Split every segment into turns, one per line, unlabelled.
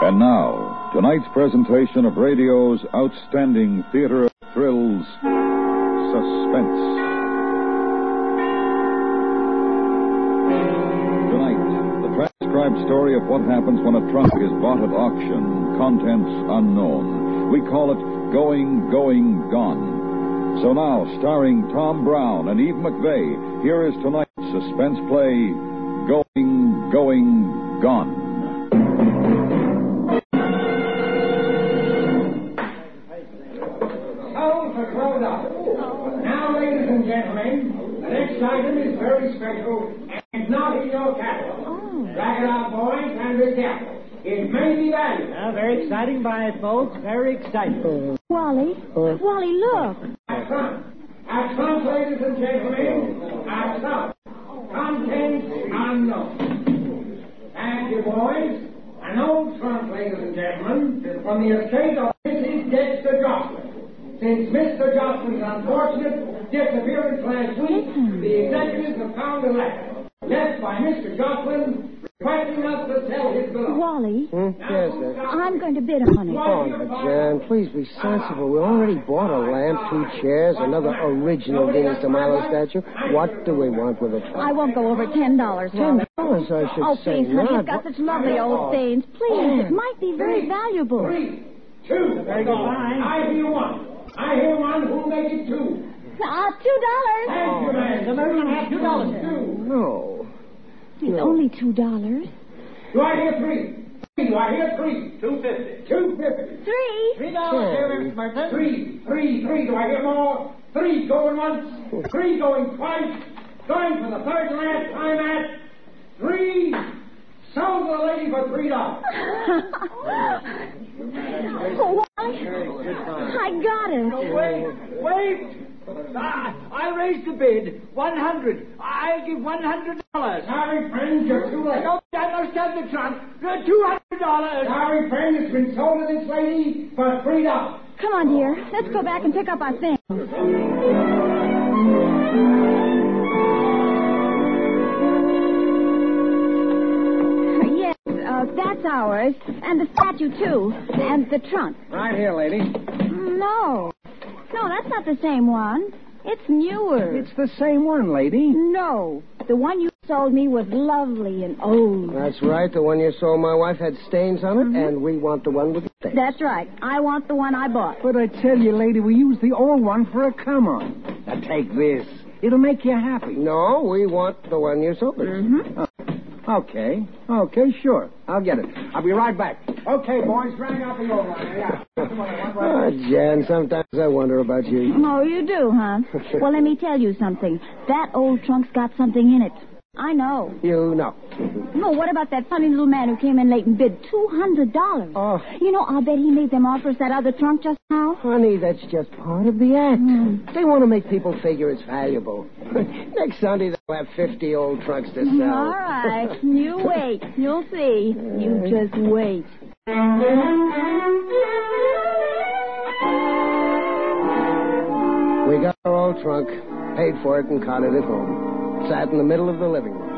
And now, tonight's presentation of radio's outstanding theater of thrills, Suspense. Tonight, the transcribed story of what happens when a trunk is bought at auction, contents unknown. We call it Going, Going, Gone. So now, starring Tom Brown and Eve McVeigh, here is tonight's suspense play, Going, Going, Gone.
Over, close up. Now, ladies and gentlemen, the next item is very special and not in your catalog. Drag it out, boys, and be careful. It may be valuable.
Uh, very exciting by folks. Very exciting.
Wally, Wally, look.
At some, at some, ladies and gentlemen, at some, contents unknown. Thank you, boys. An old trunk, ladies and gentlemen, from the estate of Mrs. Dexter Joplin. Since Mr. Joplin's unfortunate disappearance last week, the executors have found a letter left by Mr. Joplin requesting us to sell his belongings.
Wally,
Oh, Yes, sir.
I'm going to bid on it.
Oh, now, John, please be sensible. We already bought a lamp, two chairs, another original Dennis DeMilo statue. What do we want with a
I
trunk?
won't go over ten dollars,
Ten
Wally.
dollars, I should
Oh,
say.
please, honey,
not.
it's got such lovely old stains. Please, it might be very valuable.
Three, two,
fine.
I hear one. I hear one. Who'll make it two?
Ah, two dollars.
Thank you, man.
The American has two dollars.
Two.
No.
It's only two dollars.
Do I hear three? Three. Do I hear three? Two fifty. Two fifty.
Three.
Three dollars
here, Mr. Three, three, three. Do I hear more? Three going once, three going twice, going for the third and last time at three. Sold the lady for three dollars.
Oh, Wally, I got it.
Wait, wait! I, I raised the bid. One hundred. I'll give one hundred dollars.
Sorry, friend, you're too late.
Don't I don't sell the trunk. Two hundred dollars.
Sorry, friend, it's been sold to this lady for three dollars.
Come on, dear. Let's go back and pick up our things. Yes, uh, that's ours. And the statue, too. And the trunk.
Right here, lady.
No. No, that's not the same one. It's newer.
It's the same one, lady.
Mm. No. The one you sold me was lovely and old.
That's right. The one you sold my wife had stains on it,
Mm-hmm.
and we want the one with the stains.
That's right. I want the one I bought.
But I tell you, lady, we used the old one for a come on. Now take this. It'll make you happy. No, we want the one you sold us. Mm-hmm. okay. Okay, sure. I'll get it. I'll be right back.
Okay, boys, drag out the old one. Yeah. Come on, one, one.
Oh, Jan, sometimes I wonder about you.
Oh, you do, huh? well, let me tell you something. That old trunk's got something in it. I know.
You know.
No, what about that funny little man who came in late and bid two hundred dollars?
Oh.
You know, I'll bet he made them offers that other trunk just now.
Honey, that's just part of the act.
Mm.
They want to make people figure it's valuable. Next Sunday, they'll have 50 old trunks to sell.
Mm, All right, you wait. You'll see. You just wait.
We got our old trunk, paid for it, and carted it home. Sat in the middle of the living room.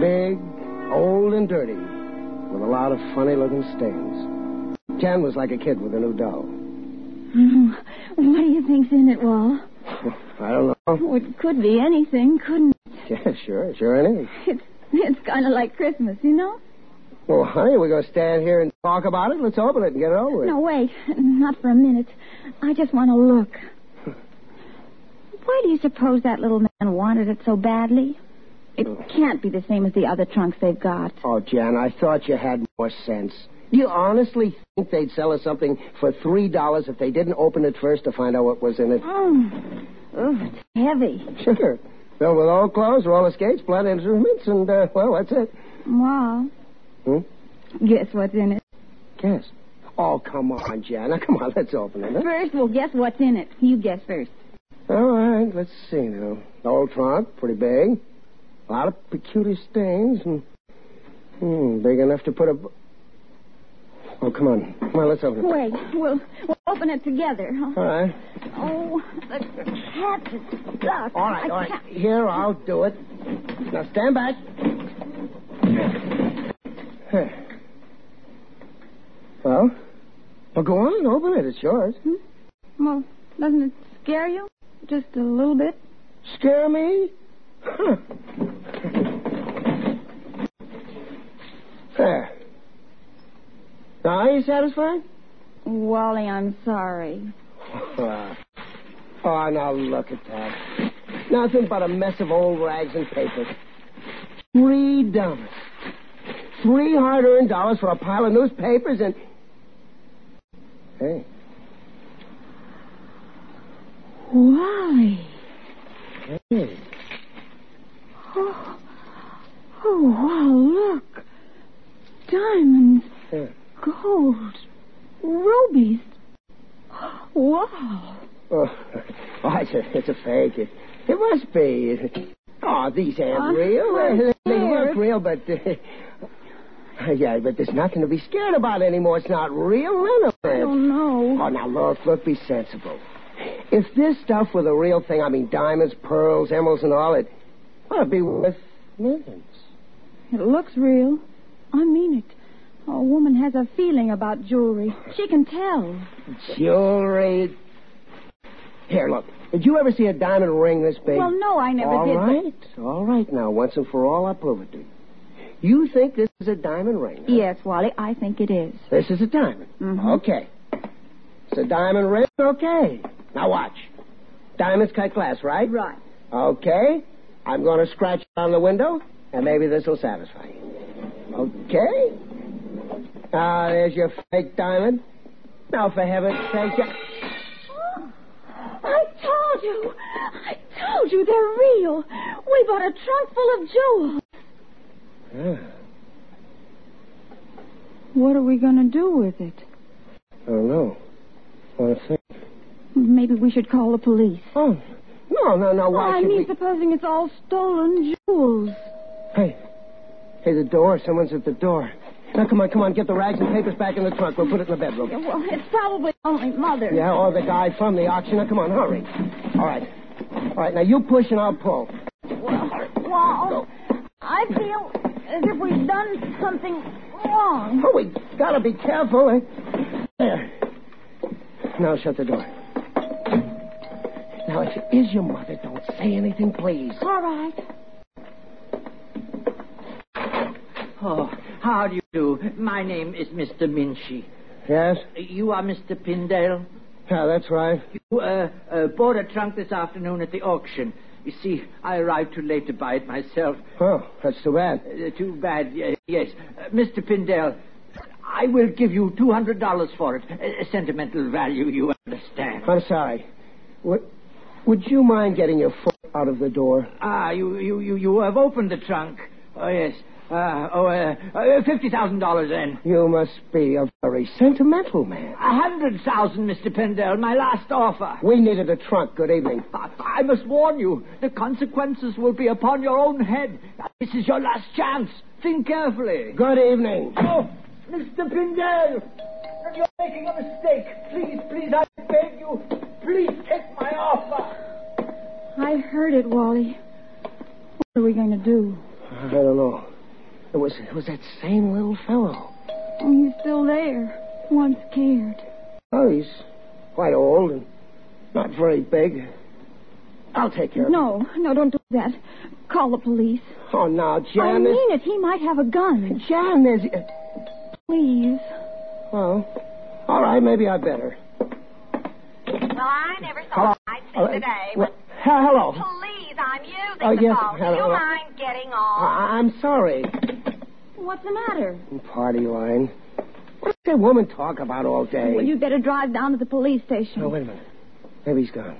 Big, old, and dirty, with a lot of funny looking stains. Jan was like a kid with a new doll.
What do you think's in it, Wall?
I don't know.
Oh, it could be anything, couldn't
Yeah, sure, sure, anything.
it? It's kind of like Christmas, you know?
Well, honey, we're going to stand here and talk about it. Let's open it and get it over with.
No, wait. Not for a minute. I just want to look. Why do you suppose that little man wanted it so badly? It can't be the same as the other trunks they've got.
Oh, Jan, I thought you had more sense. Do you honestly think they'd sell us something for three dollars if they didn't open it first to find out what was in it?
Mm. Oh, it's heavy.
Sure. Filled with old clothes, roller skates, blunt instruments, and uh, well, that's it.
Wow.
Hmm?
Guess what's in it?
Guess. Oh, come on, Jan. Now, come on, let's open it. Huh?
First, we'll guess what's in it. You guess first.
All right, let's see now. Old trunk, pretty big. A lot of peculiar stains, and hmm, big enough to put a. Oh, come on, come on, let's open it.
Wait, we'll, we'll open it together.
All right.
Oh, the cap is stuck.
All right,
I
all right.
can't-
Here, I'll do it. Now stand back. Well? Well, go on, open it. It's yours.
Well, doesn't it scare you? Just a little bit?
Scare me? Huh. There. Now, are you satisfied?
Wally, I'm sorry.
Ah. oh, now look at that. Nothing but a mess of old rags and papers. Three dollars. Three hard earned dollars for a pile of newspapers and. Hey,
Wally.
hey.
Oh, oh wow, look. Diamonds,
Yeah.
gold, rubies. Wow.
Oh, oh it's, a, it's a fake. It, it must be. Oh, these aren't
Oh,
real. They, they
dear.
look real, but. Uh, yeah, but there's nothing to be scared about anymore. It's not real, none of
I
it.
don't know.
Oh, now look, look, be sensible. If this stuff were the real thing, I mean diamonds, pearls, emeralds, and all, it ought to be worth millions.
It looks real. I mean it. A woman has a feeling about jewelry. She can tell.
Jewelry. Here, look. Did you ever see a diamond ring this big?
Well, no, I never
All
did. but-
right, all right. Now, once and for all, I'll prove it to you. You think this is a diamond ring? huh?
Yes, Wally, I think it is.
This is a diamond.
Mhm.
Okay. It's a diamond ring. Okay. Now watch. Diamonds cut glass, right?
Right.
Okay. I'm going to scratch on the window, and maybe this will satisfy you. Okay. Ah, there's your fake diamond. Now, for heaven's sake, you...
I told you. I told you they're real. We bought a trunk full of jewels.
Ah,
What are we going to do with it?
Oh no. What a thing.
Maybe we should call the police.
Oh no, no, no. Why
Oh, I
should
mean,
we?
supposing it's all stolen jewels.
Hey, hey, the door. Someone's at the door. Now, come on, come on. Get the rags and papers back in the trunk. We'll put it in the bedroom.
Yeah, Well, it's probably only Mother.
Yeah, or the guy from the auction. Now, come on, hurry. All right. All right, now you push and I'll pull.
Well, well, I feel as if we've done something wrong.
Oh, we gotta be careful. Eh? There. Now shut the door. Now, if it is your mother, don't say anything, please.
All right.
Oh, how do you do? My name is Mr. Minchie.
Yes?
You are Mr. Pindale?
Yeah, that's right.
You uh, uh, bought a trunk this afternoon at the auction. You see, I arrived too late to buy it myself.
Oh, that's too bad.
Uh, too bad, y- yes. Uh, Mr. Pindale, I will give you $200 for it. Uh, sentimental value, you understand.
I'm sorry. Would, would you mind getting your foot out of the door?
Ah, you, you, you, you have opened the trunk. Oh, yes. Uh, oh, uh, uh, $50,000 then.
You must be a very sentimental man.
A hundred thousand, Mr. Pendell, my last offer.
We needed a trunk. Good evening.
I I must warn you, the consequences will be upon your own head. This is your last chance. Think carefully.
Good evening.
Oh, Mr. Pindell, you're making a mistake. Please, please, I beg you, please take my offer.
I heard it, Wally. What are we going to do?
I don't know. It was, it was that same little fellow.
Oh, He's still there. One scared.
Oh, he's quite old and not very big. I'll take care of him.
No, no, don't do that. call the police.
Oh, now,
I
Jan.
mean it. He might have a gun.
Jan, there's.
Please.
Well, all right, maybe I better.
Well, I never saw I'd
All
see
right.
today.
Uh, Well, he- hello.
Oh.
Please, I'm using
Oh,
the
yes,
phone. Do
hello.
you mind getting on?
I- I'm sorry.
What's the matter?
Party line. What does a woman talk about all day?
Well, you'd better drive down to the police station.
Oh, wait a minute. Maybe he's gone.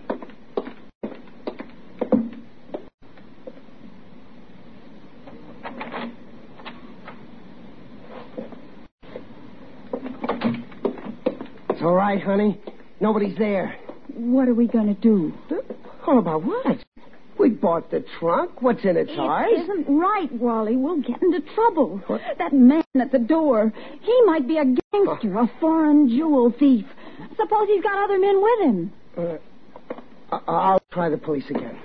It's all right, honey. Nobody's there.
What are we going to do?
All about what? We bought the trunk. What's in its ours?
It isn't right, Wally. We'll get into trouble.
What?
That man at the door, he might be a gangster, a foreign jewel thief. Suppose he's got other men with him.
Uh, I- I'll try the police again.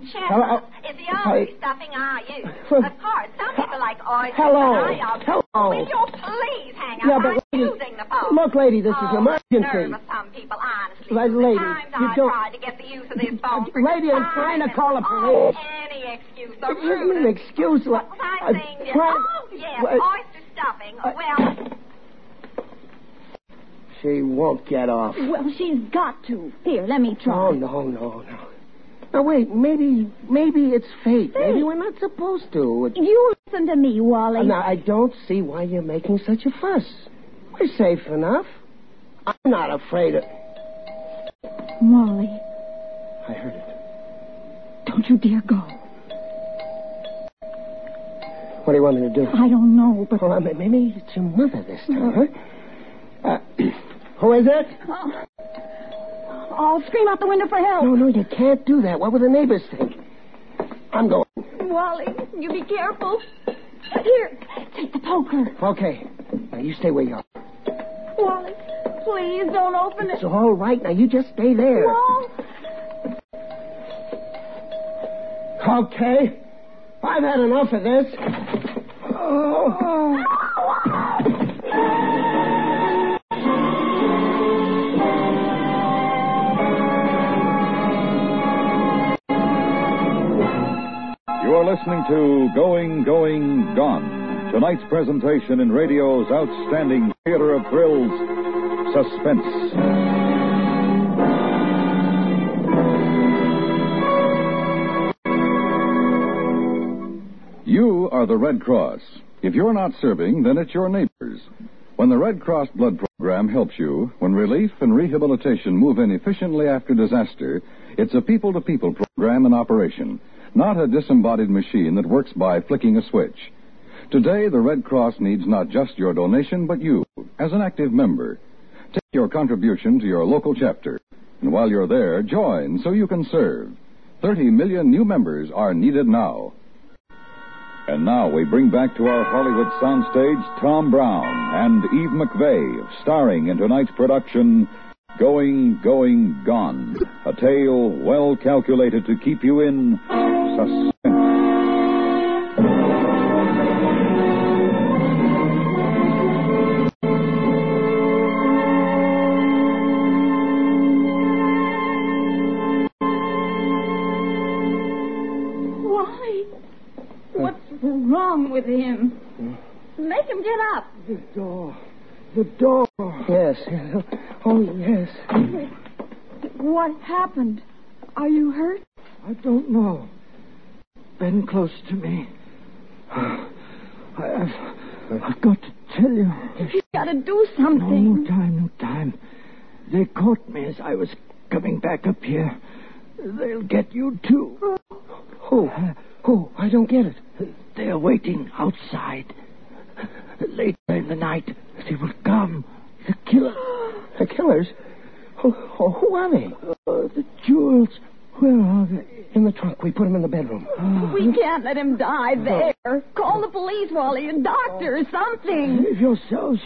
Chestnut,
Hello.
is the always
Hey.
stuffing our youth? Of course, some people like oysters,
Hello.
but I always...
Hello.
Will you please hang up?
Yeah, but
I'm
lady-
using the phone.
Look, lady, this is an
Oh,
emergency.
nervous some people, honestly.
Like,
the
lady,
times
you
I
don't-
tried to get the use of this phone for
Lady, I'm
five
trying to
minutes.
call the
Oh,
police.
any excuse. The
It isn't an
rudest.
excuse. Like,
Well, I'm
I'm
saying this.
trying-
Oh, yes,
Well,
oyster stuffing. well,
She won't get off.
Well, she's got to. Here, let me try.
Oh, no, no, no. Now, wait, maybe, maybe it's fate. Maybe
Fate?
we're not supposed to. It-
You listen to me, Wally.
Now, I don't see why you're making such a fuss. We're safe enough. I'm not afraid of...
Wally,
I heard it.
don't you dare go.
What do you want me to do?
I don't know, but.
Well, I mean, maybe it's your mother this time, huh? Uh, who is it?
Oh. I'll scream out the window for help.
No, no, you can't do that. What would the neighbors think? I'm going.
Wally, you be careful. Here, take the poker.
Okay. Now, you stay where you are.
Wally, please don't open it.
It's all right. Now, you just stay there.
Wall.
Okay. I've had enough of this. Oh.
You are listening to Going, Going, Gone. Tonight's presentation in radio's outstanding theater of thrills, Suspense. You are the Red Cross. If you're not serving, then it's your neighbors. When the Red Cross blood program helps you, when relief and rehabilitation move in efficiently after disaster, it's a people to people program in operation, not a disembodied machine that works by flicking a switch. Today, the Red Cross needs not just your donation, but you, as an active member. Take your contribution to your local chapter, and while you're there, join so you can serve. 30 million new members are needed now. And now we bring back to our Hollywood soundstage Tom Brown and Eve McVeigh, starring in tonight's production Going, Going, Gone, a tale well calculated to keep you in suspense.
Wally, what's wrong with him? Make him get up.
Door. The door. Yes. Oh, yes.
What happened? Are you hurt?
I don't know. Bend close to me. I, have I've got to tell you.
You gotta do
No, no
something.
time, no time. They caught me as I was coming back up here. They'll get you too. Uh,
Who? Who? I don't get it.
They're waiting outside. Later in the night, they will come. The killer.
The killers? Who, who who are they?
Uh, the jewels. Where are they? Ah,
In the trunk. We put them in the bedroom.
We can't let him die there. Call the police, Wally, a doctor or something.
Save yourselves.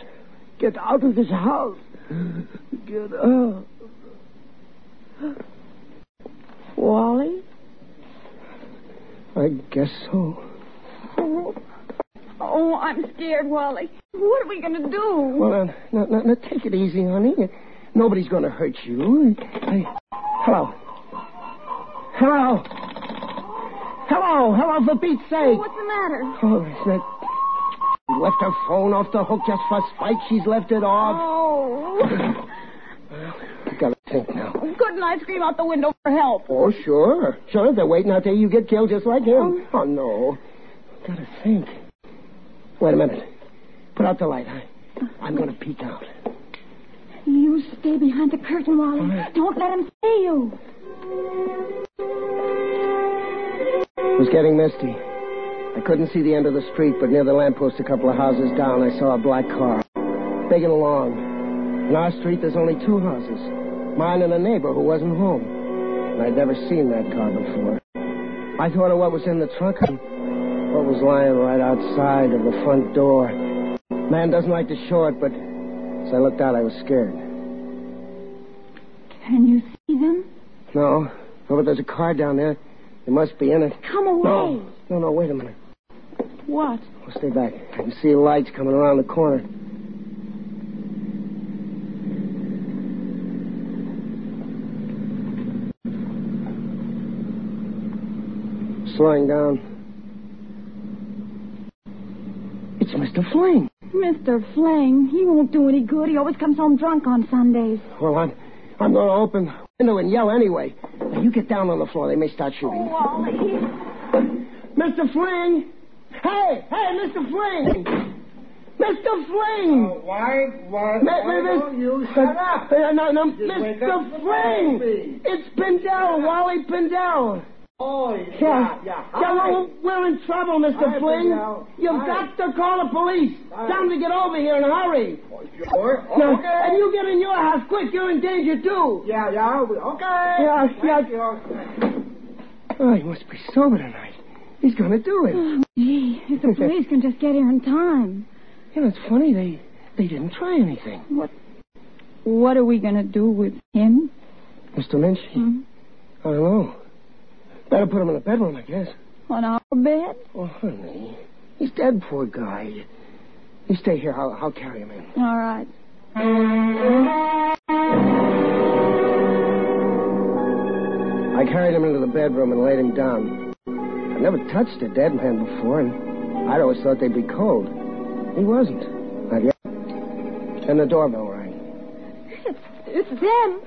Get out of this house. Get out.
Wally?
I guess so.
Oh, oh, I'm scared, Wally. What are we gonna do?
Well, now, uh, now, now, now take it easy, honey. Nobody's going to hurt you. I, hello. Hello. Hello, hello, for Pete's sake.
What's the matter?
Oh, it's that. Left her phone off the hook just for spite. She's left it off.
Oh.
I gotta think now.
Couldn't I scream out the window for help?
Oh, sure. Sure, they're waiting out there. You get killed just like him. Oh, no. Gotta think. Wait a minute. Put out the light. I, I'm gonna peek out.
You stay behind the curtain, Wally. Don't let him see you.
It was getting misty. I couldn't see the end of the street, but near the lamppost a couple of houses down, I saw a black car. Big and long. In our street, there's only two houses. Mine and a neighbor who wasn't home. And I'd never seen that car before. I thought of what was in the trunk and what was lying right outside of the front door. Man doesn't like to show it, but as I looked out, I was scared.
Can you see them?
No. Oh, but there's a car down there. It must be in it.
Come away.
No. No, no, wait a minute.
What?
Well, stay back. I can see lights coming around the corner. Slowing down. It's Mr. Flynn.
Mr. Flang, he won't do any good. He always comes home drunk on Sundays.
Well, I'm, I'm going to open the window and yell anyway. Now, you get down on the floor. They may start shooting.
Wally.
Mr. Fling! Hey! Hey, Mr. Fling! Mr. Fling!
Why, why,
Mi- mi- miss- Uh, no, no,
wake up.
Mr. Fling! It's Pindell, Wally Pindell.
Oh,
Hello, we're in trouble, Mr.
Hi,
Fling.
Pindell.
You've
Hi.
got to call the police.
Hi. Oh,
Tell them to get over here in a hurry.
Sure.
Now, And you get in your house quick. You're in danger, too.
Yeah, yeah, okay.
Yeah, yeah.
yeah.
Oh, he must be sober tonight. He's going to do it.
Gee, if the police can just get here in time.
You know, it's funny. They, they didn't try anything.
What are we going to do with him?
Mr. Lynch? I don't know. Better put him in the bedroom, I guess.
On our bed?
Oh, honey. He's dead, poor guy. You stay here. I'll, I'll carry him in.
All right.
I carried him into the bedroom and laid him down. I never touched a dead man before, and I'd always thought they'd be cold. He wasn't. Not yet. And the doorbell rang.
It's, it's them.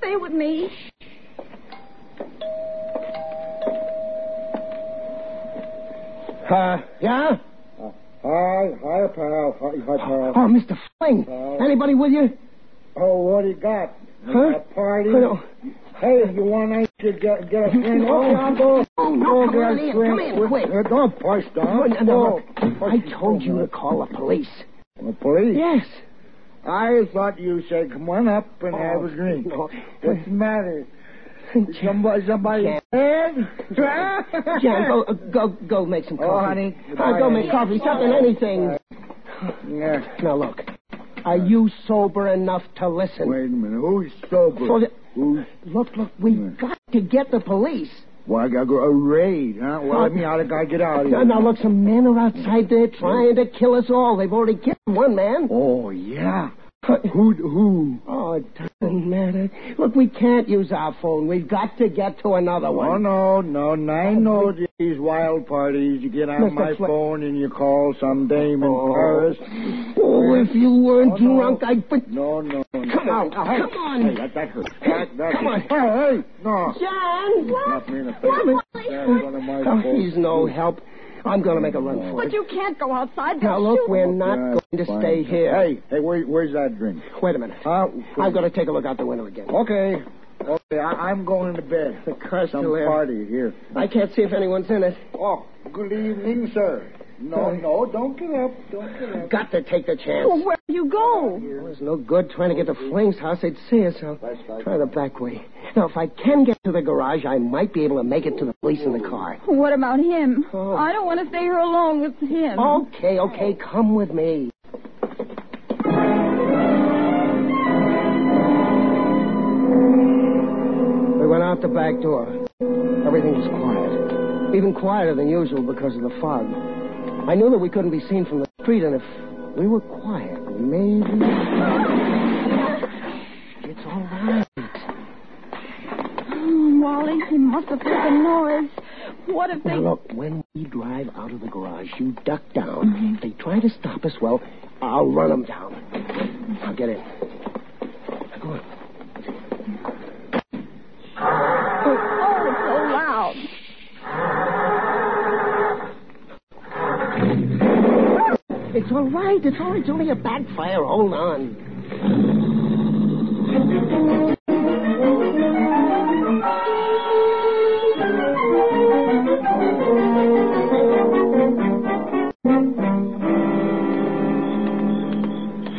Stay with me.
Uh, yeah?
Hi, hi, pal. Hi, hi, pal.
Oh, Mr. Fling. Anybody with you?
Oh, what do you got?
Huh?
A party?
I don't-
Hey, if you want to get, get a friend?
Oh.
I'll go.
Oh, no,
go
come
get
on
a
in,
friend.
come in, quick.
Uh, Don't push
Oh,
down.
no, no,
Oh,
look. I told you to call the police.
The police?
Yes.
I thought you said, come on up and have a drink.
Oh, No.
What's the matter? Somebody, somebody dead? Oh,
Jan, go, uh, go, go make some coffee.
honey.
Uh, go make coffee, something, anything.
Yeah.
Now look, are you sober enough to listen?
Wait a minute. Who's sober?
So the-
Who's...
Look, look, we've got to get the police.
Well, I gotta go. A raid, huh? Well, let me out. I gotta get out of
Now,
here.
now look, some men are outside there trying to kill us all. They've already killed one man.
Oh, yeah. Who, who?
Oh, it doesn't matter. Look, we can't use our phone. We've got to get to another
Oh,
one.
no, no, no. I know these wild parties. You get
Mr.
on my
Fle-
phone and you call some dame in
Oh.
Paris.
Oh, if you weren't
Oh, no.
drunk, I'd put...
No, no, no.
Come on,
Oh, hey,
come on.
Hey, that, that hurts. That, that
Come on.
hurts. Hey, hey, no.
John!
Not me in the face. That's one of my
Oh,
faults.
he's no help. I'm going to make a run for it.
But you can't go outside.
Now, look, we're not
Yeah,
going to
fine. Uh,
stay here.
Hey, hey, where, where's that drink?
Wait a minute.
Huh?
I'm going to take a look out the window again.
Okay. Okay, I, I'm going to bed. Oh, The curse Some
to live.
party here.
I can't see if anyone's in it.
Oh, good evening, sir. No, no, don't get up. Don't get up.
Got to take the chance.
Well, where do you go?
Well, it's no good trying to get to Fling's house. They'd see us. I'll try the back way. Now, if I can get to the garage, I might be able to make it to the police in the car.
What about him?
Oh.
I don't want to stay here alone with him.
Okay, okay, come with me. We went out the back door. Everything was quiet. Even quieter than usual because of the fog. I knew that we couldn't be seen from the street, and if we were quiet, maybe. It's all right.
Mm, Oh, Wally, he must have heard the noise. What if they.
Now, look, when we drive out of the garage, you duck down. If they try to stop us, well, I'll run them down. Now, get in. Now, Go on.
Oh, it's so loud.
It's all right. It's all right. It's only a backfire. Hold on.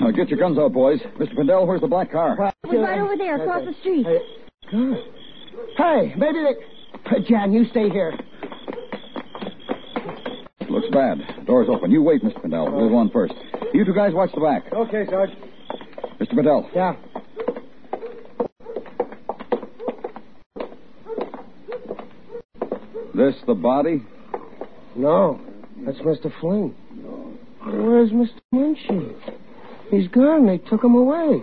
Now get your guns out, boys. Mr. Pendel, where's the black car?
It was right over there across the street.
Hey, God. Hey, maybe they. Hey, Jan, you stay here.
Looks bad. Door's open. You wait, Mr. Pendel. We'll go on first. You two guys watch the back.
Okay, Sarge.
Mr. Pendel,
Yeah.
this the body?
No, that's Mr. Flynn. Where's Mr. Munchie? He's gone. They took him away.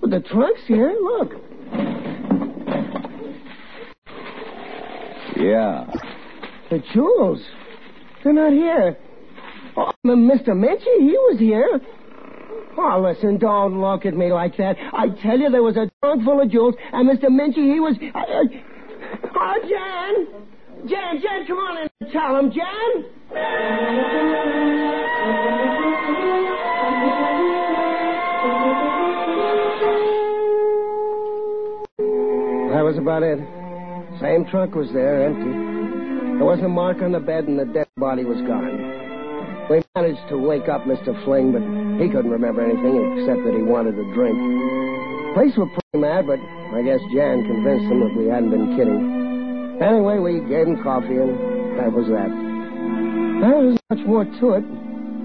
But the trunk's here. Look.
Yeah.
The jewels. They're not here. Oh, M- Mr. Minchie, he was here. Oh, listen, don't look at me like that. I tell you, there was a trunk full of jewels, and Mr. Minchie, he was. Uh, uh, Oh, Jan! Jan, Jan, come on in and tell him, Jan! That was about it. Same trunk was there, empty. There wasn't a mark on the bed, and the dead body was gone. We managed to wake up Mr. Fling, but he couldn't remember anything except that he wanted a drink. Police were pretty mad, but I guess Jan convinced them that we hadn't been kidding. Anyway, we gave him coffee, and that was that. There was much more to it,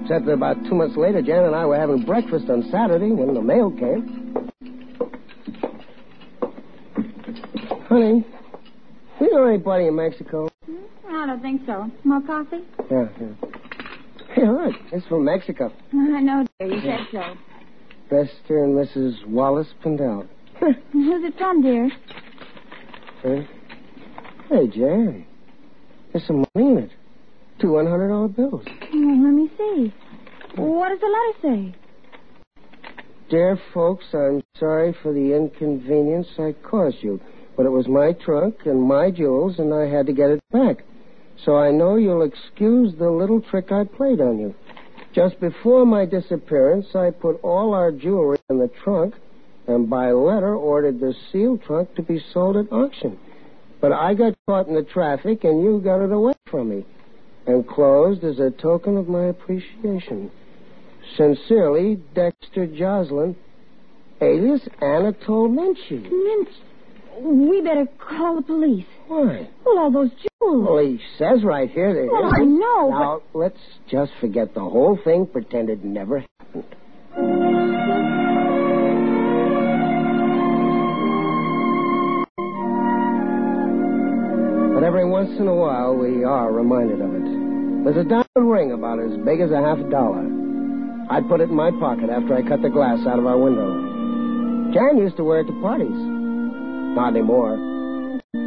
except that about two months later, Jan and I were having breakfast on Saturday when the mail came. Honey, we know anybody in Mexico?
I don't think so. More coffee?
Yeah, yeah. Hey, look, it's from Mexico.
I know, dear. You said so.
Mr. and Mrs. Wallace Pendel.
Who's it from, dear?
Huh? Hey, Jan. There's some money in it. Two one hundred dollar bills.
Well, let me see. What does the letter say?
Dear folks, I'm sorry for the inconvenience I caused you, but it was my trunk and my jewels, and I had to get it back. So I know you'll excuse the little trick I played on you. Just before my disappearance, I put all our jewelry in the trunk and by letter ordered the sealed trunk to be sold at auction. But I got caught in the traffic and you got it away from me. Enclosed is a token of my appreciation. Sincerely, Dexter Joslin, alias Anatole Minchie.
Minch, we better call the police.
Why?
Well, all those jewels.
Well, he says right here that.
Well, Oh, I know, but-
Now, let's just forget the whole thing, pretend it never happened. But every once in a while, we are reminded of it. There's a diamond ring about as big as a half dollar. I put it in my pocket after I cut the glass out of our window. Jan used to wear it to parties. Not anymore.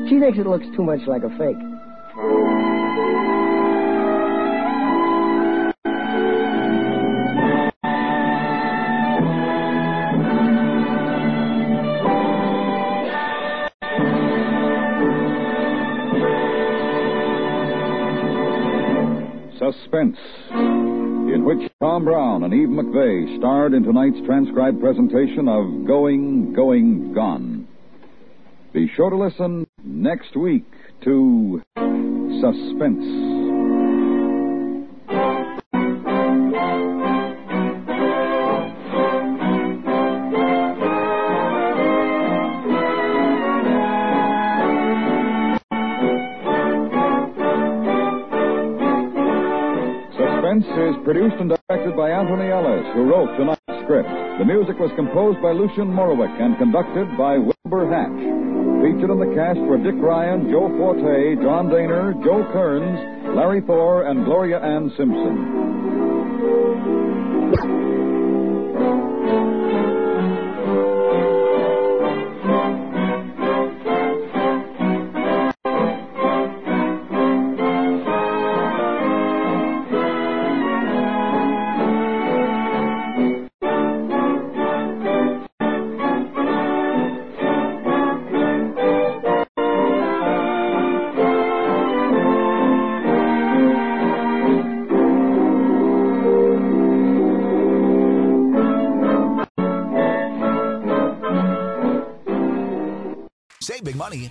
She thinks it looks too much like a fake.
Suspense, in which Tom Brown and Eve McVeigh starred in tonight's transcribed presentation of Going, Going, Gone. Be sure to listen next week to Suspense. Suspense is produced and directed by Anthony Ellis, who wrote tonight's script. The music was composed by Lucian Morowick and conducted by Wilbur Hatch. Featured in the cast were Dick Ryan, Joe Forte, John Daner, Joe Kearns, Larry Thor, and Gloria Ann Simpson.
money